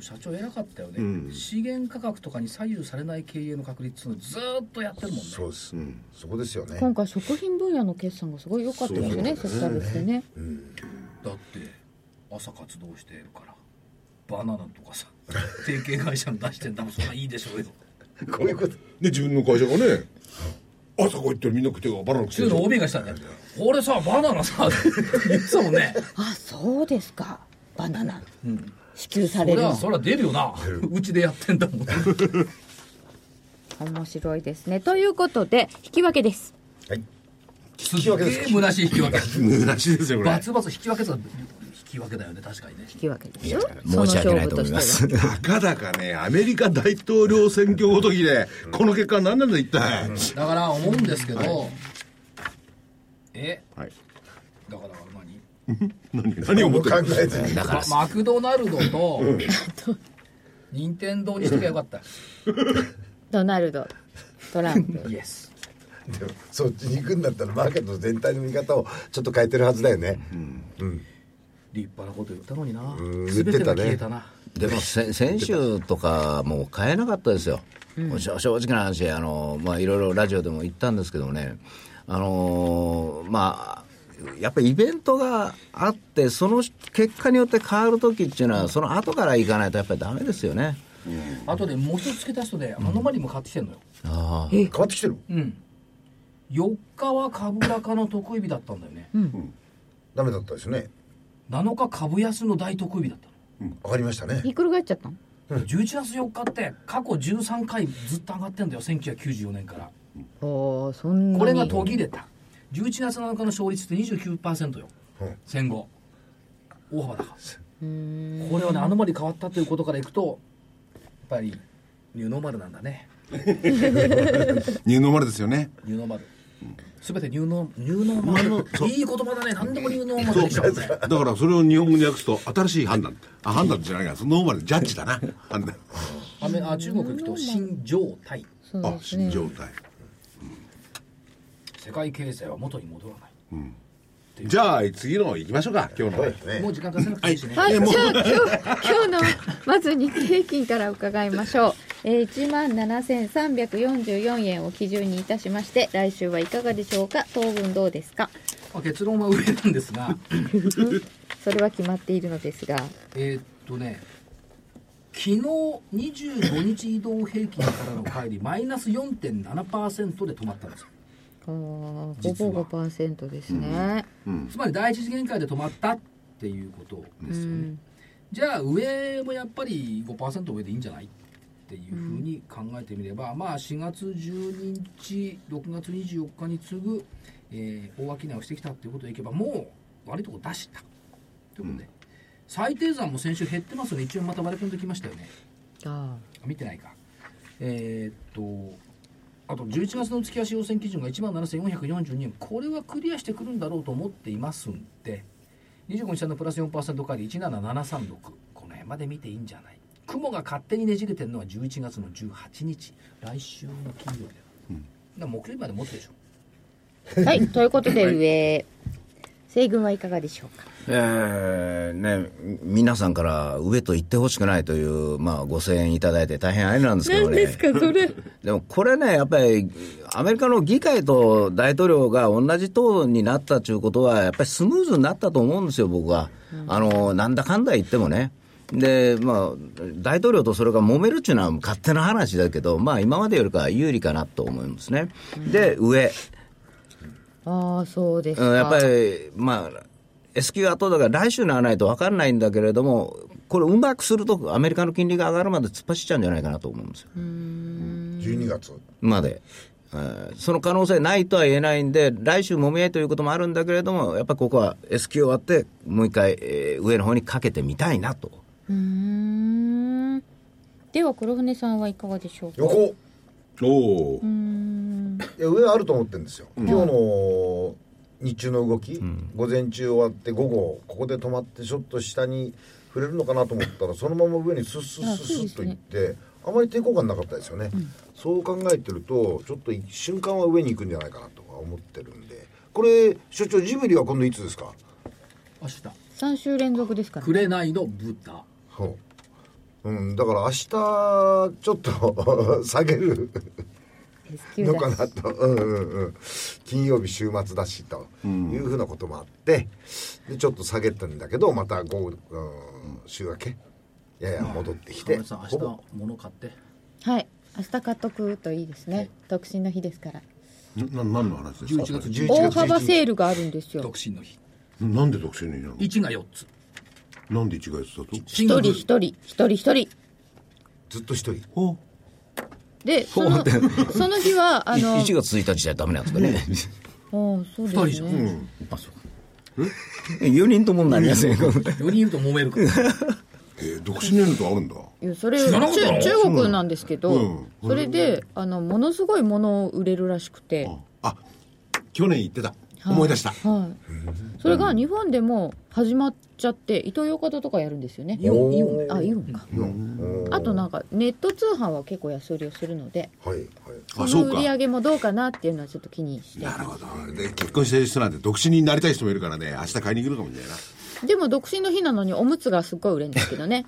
社長、偉かったよね、資源価格とかに左右されない経営の確立をずーっとやってるもんね、そうです。そこですよね。今回食品分野の決算がすごい良かったですよねセクタルってねだって、朝活動しているから、バナナとかさ、 提携会社の出してんだもん、そんなんいいでしょうよ。こういうこと。で自分の会社がね朝こう言ってるみんな食ってるバナナ食っ中てのるでしょ OB がしたんだよ、俺さ、バナナさ、 って言ってたもんね、あそうですかバナナ、支給さそれりるゃ、のそりゃ出るよな、うちでやってんだもん、面白いですねということで引き分けですはい。すっげえ虚しい引き分け。虚しいですよこれバツバツ引き分けだ引き分けだよね確かにね引き分けでしょ申し訳ないと思いまそすの勝負としては。たかだかねアメリカ大統領選挙ごときでこの結果何なんだ一体だから思うんですけど、えはいだから何何何を思って考るえてない。だからママクドナルドと任天堂にしときゃよかったドナルドトランプイエスでもそっちに行くんだったらマーケット全体の見方をちょっと変えてるはずだよね。立派なこと言ったのにな言って全てたがね消えたなでもせ 先週とかもう買えなかったですよ、正正直な話あの、まあ、いろいろラジオでも言ったんですけどもねあのーまあやっぱりイベントがあってその結果によって変わる時っていうのはその後から行かないとやっぱりダメですよねあとでもう一つ付け足すとねアノマリも買ってきてんのよああ変わってきてる。うん4日は株高の得意日だったんだよね、ダメだったですね。 7日株安の大得意日だったのわかりました ねひ。っくり返っちゃったの11月4日って過去13回ずっと上がってんだよ1994年からおーそんなにこれが途切れた11月7日の勝率って29%よ、戦後大幅だからこれはねあのまり変わったということからいくとやっぱりニューノーマルなんだねニューノーマルですよねニューノーマル全てニューノーニューノーマルいい言葉だね何でもニューノーマルでしょだからそれを日本語に訳すと新しい判断あ判断じゃないからそのノーマルジャッジだな判断あめあ中国行くと新常態そうあです新ね状態世界経済は元に戻らないじゃあ次の行きましょうか今日のねもう時間かせなくていいしね、はい、いやもうじゃあ今日 今日のまず日経平均から伺いましょう、えー、1万7344円を基準にいたしまして来週はいかがでしょうか当分どうですかまあ、結論は上なんですがそれは決まっているのですがえーっとね、昨日25日移動平均からの乖 離、マイナス4.7%で止まったんですよ。あーほ実はぼ5%ですね、つまり第一次限界で止まったっていうことですよね。じゃあ、上もやっぱり5%上でいいんじゃないっていうふうに考えてみれば、まあ4月12日、6月24日に次ぐ、えー大商いをしてきたっていうことでいけば、もう悪いとこ出した。ということで、最低算も先週減ってますので、一応また割り込んできましたよね。あ見てないかえーっとあと11月の月足要請基準が1万7442円これはクリアしてくるんだろうと思っていますんで25日のプラス4%返り17736この辺まで見ていいんじゃない雲が勝手にねじれてるのは11月の18日来週の金曜日だ,、だから木曜日まで持ってるでしょーはいということで 上西軍はいかがでしょうかえーね、皆さんから上と言ってほしくないという、まあ、ご声援いただいて大変あれなんですけどね。それ でもこれね、やっぱりアメリカの議会と大統領が同じ党になったということは、やっぱりスムーズになったと思うんですよ、僕は。あのなんだかんだ言ってもね。でまあ、大統領とそれが揉めるっていうのは勝手な話だけど、まあ、今までよりかは有利かなと思いますね。で、上、ああそうですかうんやっぱり、まあ、S q 後だから来週にならないと分かんないんだけれども、これ、うまくすると、アメリカの金利が上がるまで突っ走っちゃうんじゃないかなと思うんですよ。 12月。まで、えーその可能性ないとは言えないんで、来週もみ合いということもあるんだけれども、やっぱりここは S q 終わって、もう一回、えー上の方にかけてみたいなと。うーんでは黒船さんはいかがでしょうか横。いおおや上あると思ってるんですよ。今日の日中の動き、午前中終わって午後ここで止まってちょっと下に。くれるのかなと思ったらそのまま上にスッスッスッスッといってあまり抵抗感なかったですよね、そう考えてるとちょっと一瞬間は上に行くんじゃないかなとは思ってるんでこれ所長ジブリは今度いつですか明日3週連続ですから、紅の豚そう、うん、だから明日ちょっと 下げるのかな と、うんうんうん、金曜日週末だしというふうなこともあってでちょっと下げたんだけどまた午後、うん、週明けやや戻ってきて、さん明ほぼ日物買ってはい明日買っとくといいですね独身の日ですからな何の話ですか11月11 11大月幅11日セールがあるんですよ独身の日なんで独身になの1が4つなんで1月だとシン一グル人一人一人一人ずっと一人おでそのその日はあの1月1日じゃダメなんですかね。 ああそう2人でじすゃねん、あそうか4人ともになりませんよ。 4人いると揉めるからえー、独身になるとあるんだいやそれ知らなかったの中中国なんですけど、うんそれであのものすごいものを売れるらしくて、あ去年言ってた、い思い出したはい、それが日本でも始まっちゃってイトーヨーカドーとかやるんですよねイオンイオンあイオンかあとなんかネット通販は結構安売りをするのではいはいそそのうか売り上げもどうかなっていうのはちょっと気にしてなるほどで結婚してる人なんて独身になりたい人もいるからね明日買いに来るかもしれないなでも独身の日なのにおむつがすっごい売れるんですけどね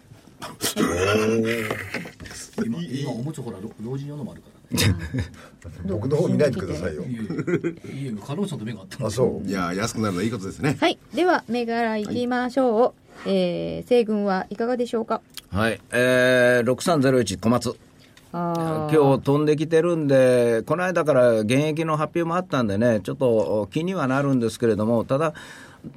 今今おもちゃほら老老人用のもあるからね僕の方見ないでくださいよいやいや加納さんと目が合ったんあだそういやー安くなるのはいいことですねはいでは銘柄いきましょう、えー、西軍はいかがでしょうかはい。えー、6301小松。あー今日飛んできてるんで、この間から現役の発表もあったんでね、ちょっと気にはなるんですけれども、ただ、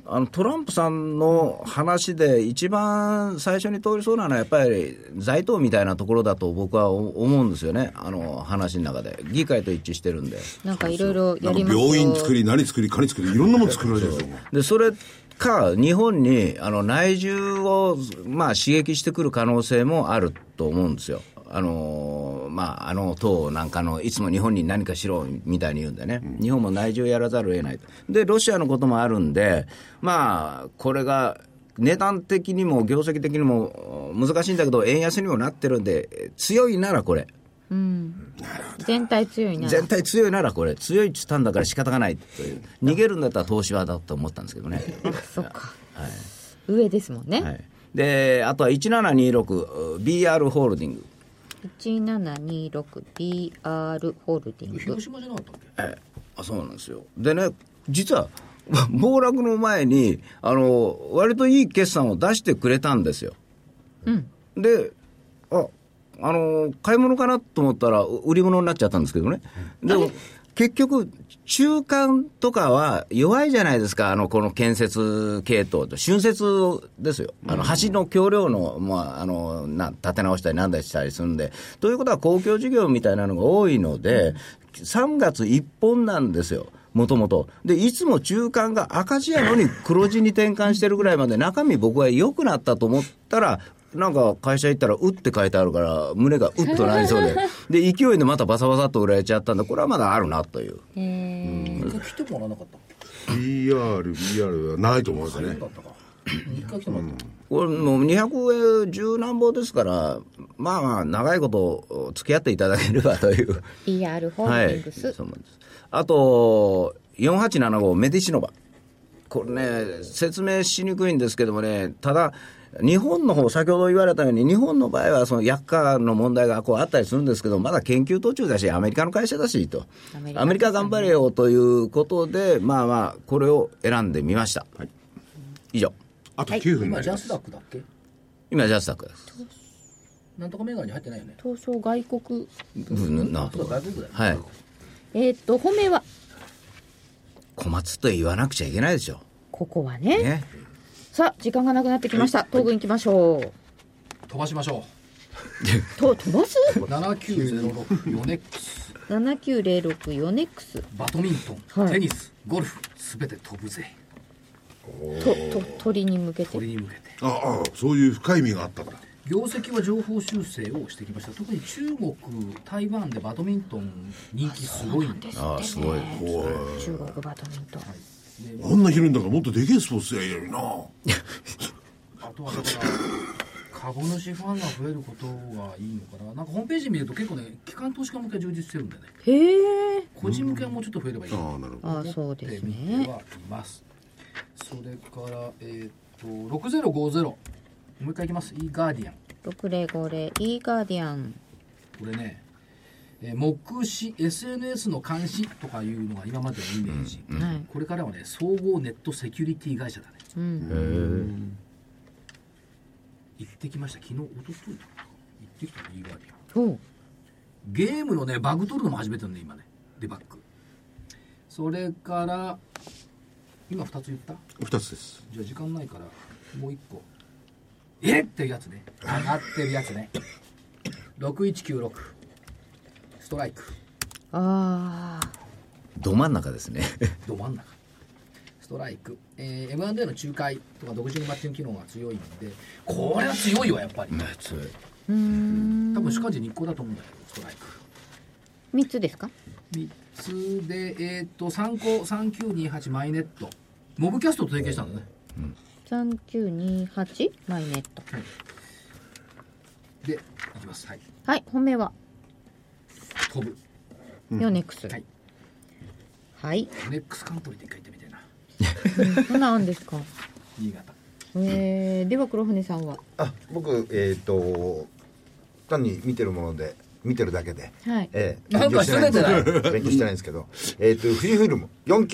あのトランプさんの話で、一番最初に通りそうなのは、やっぱり財党みたいなところだと僕は思うんですよね、あの話の中で、議会と一致してるんで。なんかいろいろなやんかりますよ病院作り何作り何作りいろんなもの作られてるんですよでそれか日本にあの内需を、まあ、刺激してくる可能性もあると思うんですよ。あのまあ、あの党なんかのいつも日本に何かしろみたいに言うんでね、日本も内需をやらざるを得ないとで、ロシアのこともあるんで、まあ、これが値段的にも業績的にも難しいんだけど、円安にもなってるんで、え強いならこれ、全体強いな全体強いならこれ、強いって言ったんだから仕方がないという、逃げるんだったら東芝だと思ったんですけどね。そっか、上ですもんね、はい、であとは 1726BR ホールディング 1726BR ホールディング広島じゃなかったっけええあそうなんですよでね実は 暴落の前にあの割といい決算を出してくれたんですよ、でああの買い物かなと思ったらう売り物になっちゃったんですけどねでも結局中間とかは弱いじゃないですかあのこの建設系統と春節ですよあの橋の橋梁の,、まあ、あのな建て直したりなんだりしたりするんでということは公共事業みたいなのが多いので、3月一本なんですよ。もともと。で、いつも中間が赤字やのに黒字に転換してるぐらいまで中身僕は良くなったと思ったら、なんか会社行ったら、うって書いてあるから、胸がうっとなりそうで、で、勢いでまたバサバサっと売られちゃったんで、これはまだあるなという。一回来てもらわなかったっけ BR、BR はないと思うんですよねだったか一回来てもらったっけこれもう200十何本ですから、まあまあ、長いこと付き合っていただければという。 ER ホールディングス、はい、そうなんですあと4875メディシノバこれね説明しにくいんですけどもねただ日本の方先ほど言われたように日本の場合はその薬価の問題がこうあったりするんですけどまだ研究途中だしアメリカの会社だしとアメリカアメリカ頑張れよということでまあまあこれを選んでみました、以上あと9分にな今りジャまスすダックだっけ今ジャスタックですなんとか銘柄に入ってないよね東証外国うんなんとそうか外国だよねはいえーっと本命は小松と言わなくちゃいけないでしょここはねねさあ時間がなくなってきました東軍行きましょう飛ばしましょと飛 ばすう7906ヨネックス7906ヨネックスバドミントン、はいテニスゴルフすべて飛ぶぜとと鳥に向けて鳥に向けてああそういう深い意味があったんだ業績は情報修正をしてきました特に中国台湾でバドミントン人気すごいんですああすごい中国バドミントンあんな広いんだからもっとでけえスポーツやりゃいいのになあとはだから株主ファンが増えることがいいのかななんかホームページ見ると結構ね機関投資家向けは充実してるんでねへえ個人向けはもうちょっと増えればいいなああなるほどあそうです見てねはいます。それから、えーっと、六ゼロ五ゼロ。もう一回いきます。イーガーディアン。 6050 e ガーディアンこれね。えー目視 SNS の監視とかいうのが今までのイメージ、はいこれからはね総合ネットセキュリティ会社だねうん行ってきました昨日一昨日だったかな行ってきたのイーガーディアンそうゲームのねバグ取るのも始めてるね今ねデバッグそれから今2つ言った二つですじゃあ時間ないからもう一個えっっていうやつね上がってるやつね6196ストライクああど真ん中ですねど真ん中ストライク、えー、M&A の仲介とか独自のマッチング機能が強いんでこれは強いわやっぱり、多分主幹事日光だと思うんだけどストライク3つですか3つでえっ、と参考3928マイネットモブキャストと提携したんだね3928マイネットでいきますはいはい本命は飛ぶヨネックスはいはいネックスカントリーで一回行ってみたいな何ですか新潟えー、では黒船さんはあ僕えっ、と単に見てるもので見てるだけで、はいええなんか勉強してないん攻です勉強してないんですけどえっ、と富士フィルム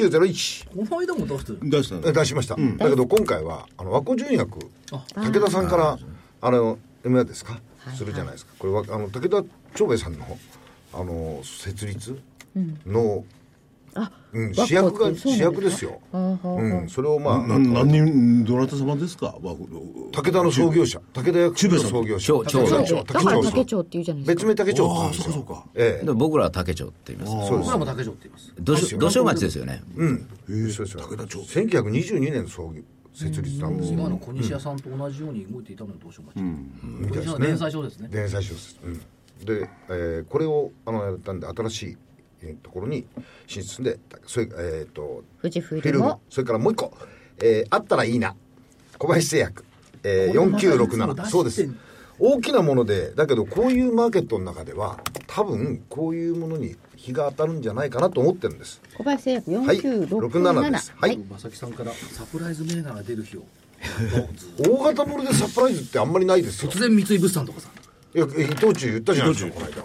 4901この間もどうする出したんでえす出しました、だけど今回はあの和光純薬あ武田さんからあの MR ですか、いするじゃないですかこれはあの武田長兵衛さんのあの設立の、あうん和光主役っがてそう主なんですか役ですよ、あーほううん、それをまあな何人どなた様ですかわ武田の創業者武田薬の創業者長武長兵田衛だ長から長竹町っていうじゃないです別か名竹長ああそうかそうかええで僕らは竹町って言いますそうで僕すらも竹城って言います土所土所町ですよね、うんえそうですよ武田長1922年の創業設立なんですよ今の小西屋さんと同じように動いていたのはどうしようかしら、み小た西屋いですのね連載小ですね連載小説、うん、で、えーこれをあのやったんで新しい、えーところに進出でそれえっ、と富士フィフィルルムムそれからもう一個、えーあったらいいな小林製薬、えこれー、また4967いつそもう出でしてすんの大きなものでだけどこういうマーケットの中では多分こういうものに日が当たるんじゃないかなと思ってるんです小林製薬はい4967 67ですはい、正木さんからサプライズ銘柄が出る日を大型ものでサプライズってあんまりないですよ突然三井物産とかさいや伊藤忠言ったじゃないですかこの間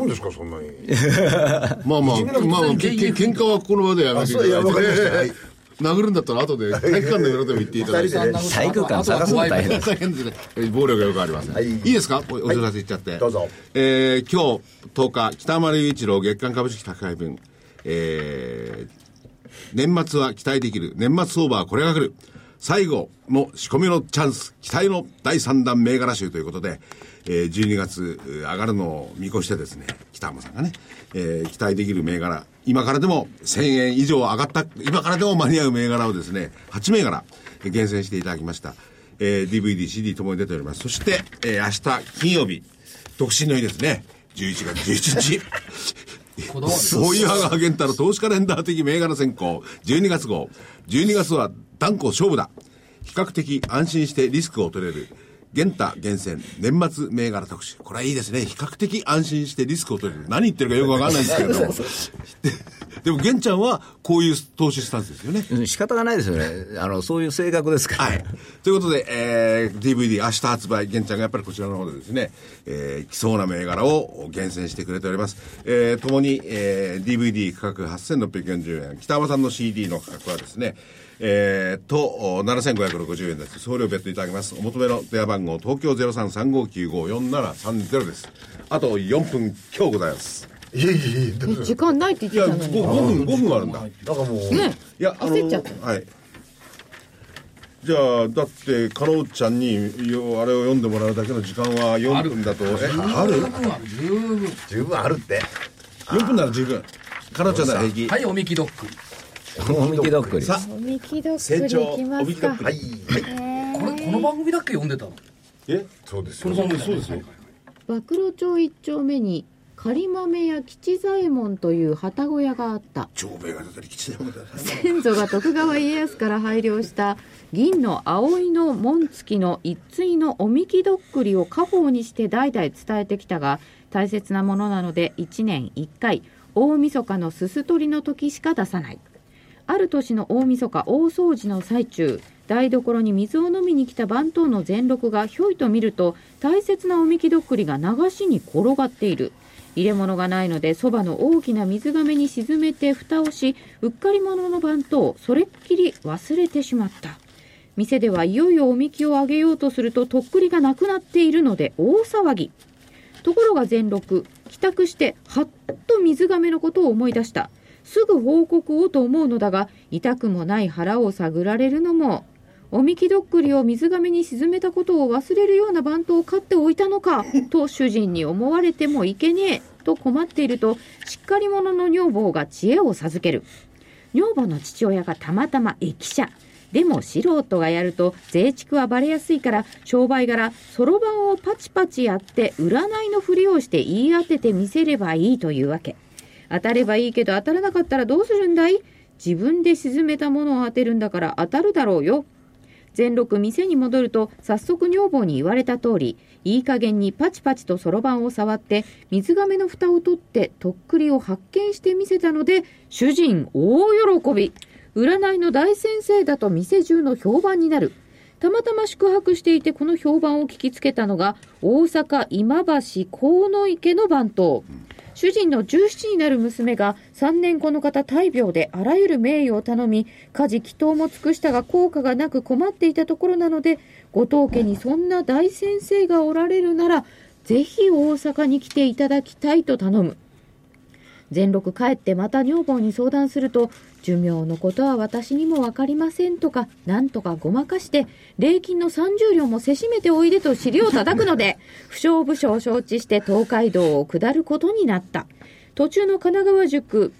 何ですかそんなにまあまあ、まあ、けけ喧嘩はこの場でやらせていただいて、あそういやわかりま殴るんだったら後で体育館でやろうとも言っていただいて。体育館探すの大変だ大変ですね暴力がよくありません、、はいいいですかおお知らせいっちゃって、どうぞえー今日10日北丸雄一郎月間株式宅配分えー年末は期待できる年末相場はこれが来る最後の仕込みのチャンス期待の第3弾銘柄集ということで、えー12月えー上がるのを見越してですね北浜さんがね、えー期待できる銘柄今からでも1000円以上上がった今からでも間に合う銘柄をですね8銘柄えー厳選していただきました、えー DVD、CD ともに出ておりますそして、えー明日金曜日独身の日ですね11月11日こだわる大岩川源太の投資カレンダー的銘柄選考12月号12月は断固勝負だ比較的安心してリスクを取れる源太厳選年末銘柄特集これはいいですね比較的安心してリスクを取れる何言ってるかよくわかんないんですけれどもでも源ちゃんはこういう投資スタンスですよねうん仕方がないですよねあのそういう性格ですから、 はい。 ということで、えー、DVD 明日発売、玄ちゃんがやっぱりこちらの方でですね、えー、来そうな銘柄を厳選してくれております。えー、ともに、えー、DVD 価格8640円、北浜さんの CD の価格はですね、えー、と、お7560円です。送料別途いただきます。お求めの電話番号、東京0335954730です。あと4分今日ございます。いやいやいやえ時間ないってい言や、って5たのに分、5分あるんだ。なんかもうねいや、あの焦っちゃったはい。じゃあ、だって、かのうちゃんに、よあれを読んでもらうだけの時間は4分だと、え、ある十分ある十分十分あるって4分なら十分。かのうちゃんなら平気。はいおみきドッグおみきどっくりさおみきどっく成り長いきますかおびきどっくりはいこれこの番組だっけ読んでたのえそうですこの番組そうですよ和黒町一丁目に仮豆屋吉左衛門という旗小屋があった長兵衛が出たり吉田も出たり先祖が徳川家康から拝領した銀の葵の紋付きの一対のおみきどっくりを家宝にして代々伝えてきたが大切なものなので1年1回大晦日のすす取りの時しか出さないある年の大晦日大掃除の最中台所に水を飲みに来た番頭の全録がひょいと見ると大切なおみきどっくりが流しに転がっている入れ物がないのでそばの大きな水がめに沈めて蓋をしうっかり者の番頭それっきり忘れてしまった店ではいよいよおみきをあげようとするととっくりがなくなっているので大騒ぎところが全録帰宅してはっと水がめのことを思い出したすぐ報告をと思うのだが痛くもない腹を探られるのもおみきどっくりを水がめに沈めたことを忘れるような番頭を飼っておいたのかと主人に思われてもいけねえと困っているとしっかり者の女房が知恵を授ける女房の父親がたまたま駅舎でも素人がやると税畜はバレやすいから商売柄そろばんをパチパチやって占いのふりをして言い当てて見せればいいというわけ当たればいいけど当たらなかったらどうするんだい自分で沈めたものを当てるんだから当たるだろうよ全六店に戻ると早速女房に言われた通りいい加減にパチパチとそろばんを触って水がめの蓋を取ってとっくりを発見して見せたので主人大喜び占いの大先生だと店中の評判になるたまたま宿泊していてこの評判を聞きつけたのが大阪今橋河野池の番頭主人の17になる娘が3年この方大病であらゆる名誉を頼み家事祈祷も尽くしたが効果がなく困っていたところなのでご当家にそんな大先生がおられるならぜひ大阪に来ていただきたいと頼む全録帰ってまた女房に相談すると寿命のことは私にも分かりませんとかなんとかごまかして礼金の30両もせしめておいでと尻を叩くので不詳不詳承知して東海道を下ることになった途中の神奈川塾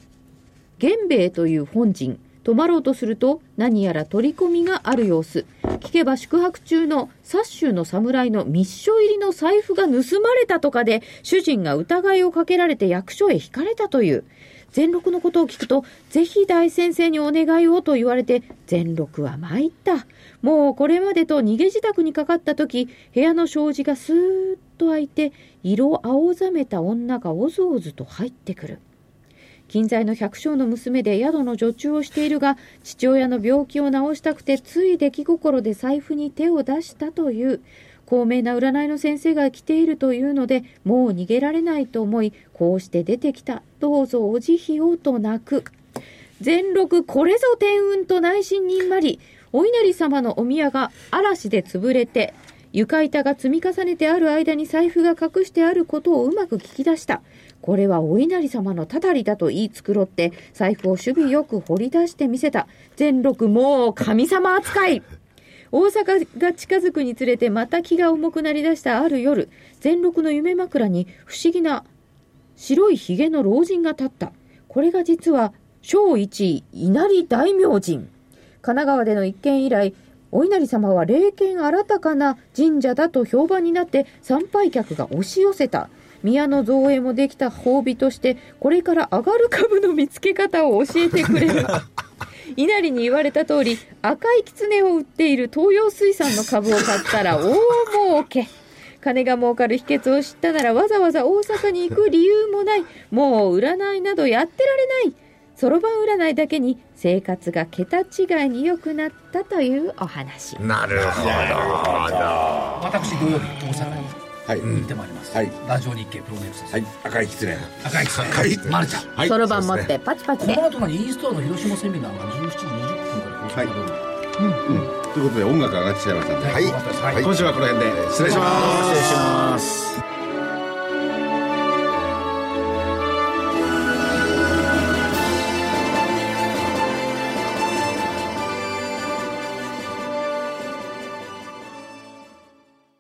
源兵衛という本陣泊まろうとすると何やら取り込みがある様子聞けば宿泊中の薩州の侍の密書入りの財布が盗まれたとかで主人が疑いをかけられて役所へ引かれたという全録のことを聞くとぜひ大先生にお願いをと言われて全録は参ったもうこれまでと逃げ自宅にかかった時部屋の障子がスーッと開いて色青ざめた女がおぞおずと入ってくる近在の百姓の娘で宿の女中をしているが父親の病気を治したくてつい出来心で財布に手を出したという高名な占いの先生が来ているというのでもう逃げられないと思いこうして出てきたどうぞお慈悲をと泣く全録これぞ天運と内心にんまりお稲荷様のお宮が嵐で潰れて床板が積み重ねてある間に財布が隠してあることをうまく聞き出したこれはお稲荷様のたたりだと言い繕って財布を守備よく掘り出してみせた全録もう神様扱い大阪が近づくにつれてまた気が重くなりだしたある夜全録の夢枕に不思議な白いひげの老人が立ったこれが実は小一位稲荷大明神神奈川での一件以来お稲荷様は霊験新たかな神社だと評判になって参拝客が押し寄せた宮の造営もできた褒美としてこれから上がる株の見つけ方を教えてくれる稲荷に言われた通り赤い狐を売っている東洋水産の株を買ったら大儲け金が儲かる秘訣を知ったならわざわざ大阪に行く理由もないもう占いなどやってられないそろばん占いだけに生活が桁違いに良くなったというお話なるほど私土曜日大阪にはい、行ってまいります、はいラジオ日経プロデュースです、はい、赤い狐赤いですね赤いですマルちゃんこはいそろばん持ってパチパチでの後何イーストアの広島セミナーが17時20分から放送されるので、ということで音楽上がってきちゃいましたんで、はいよかったですはいはい今週はこの辺で失礼します失礼します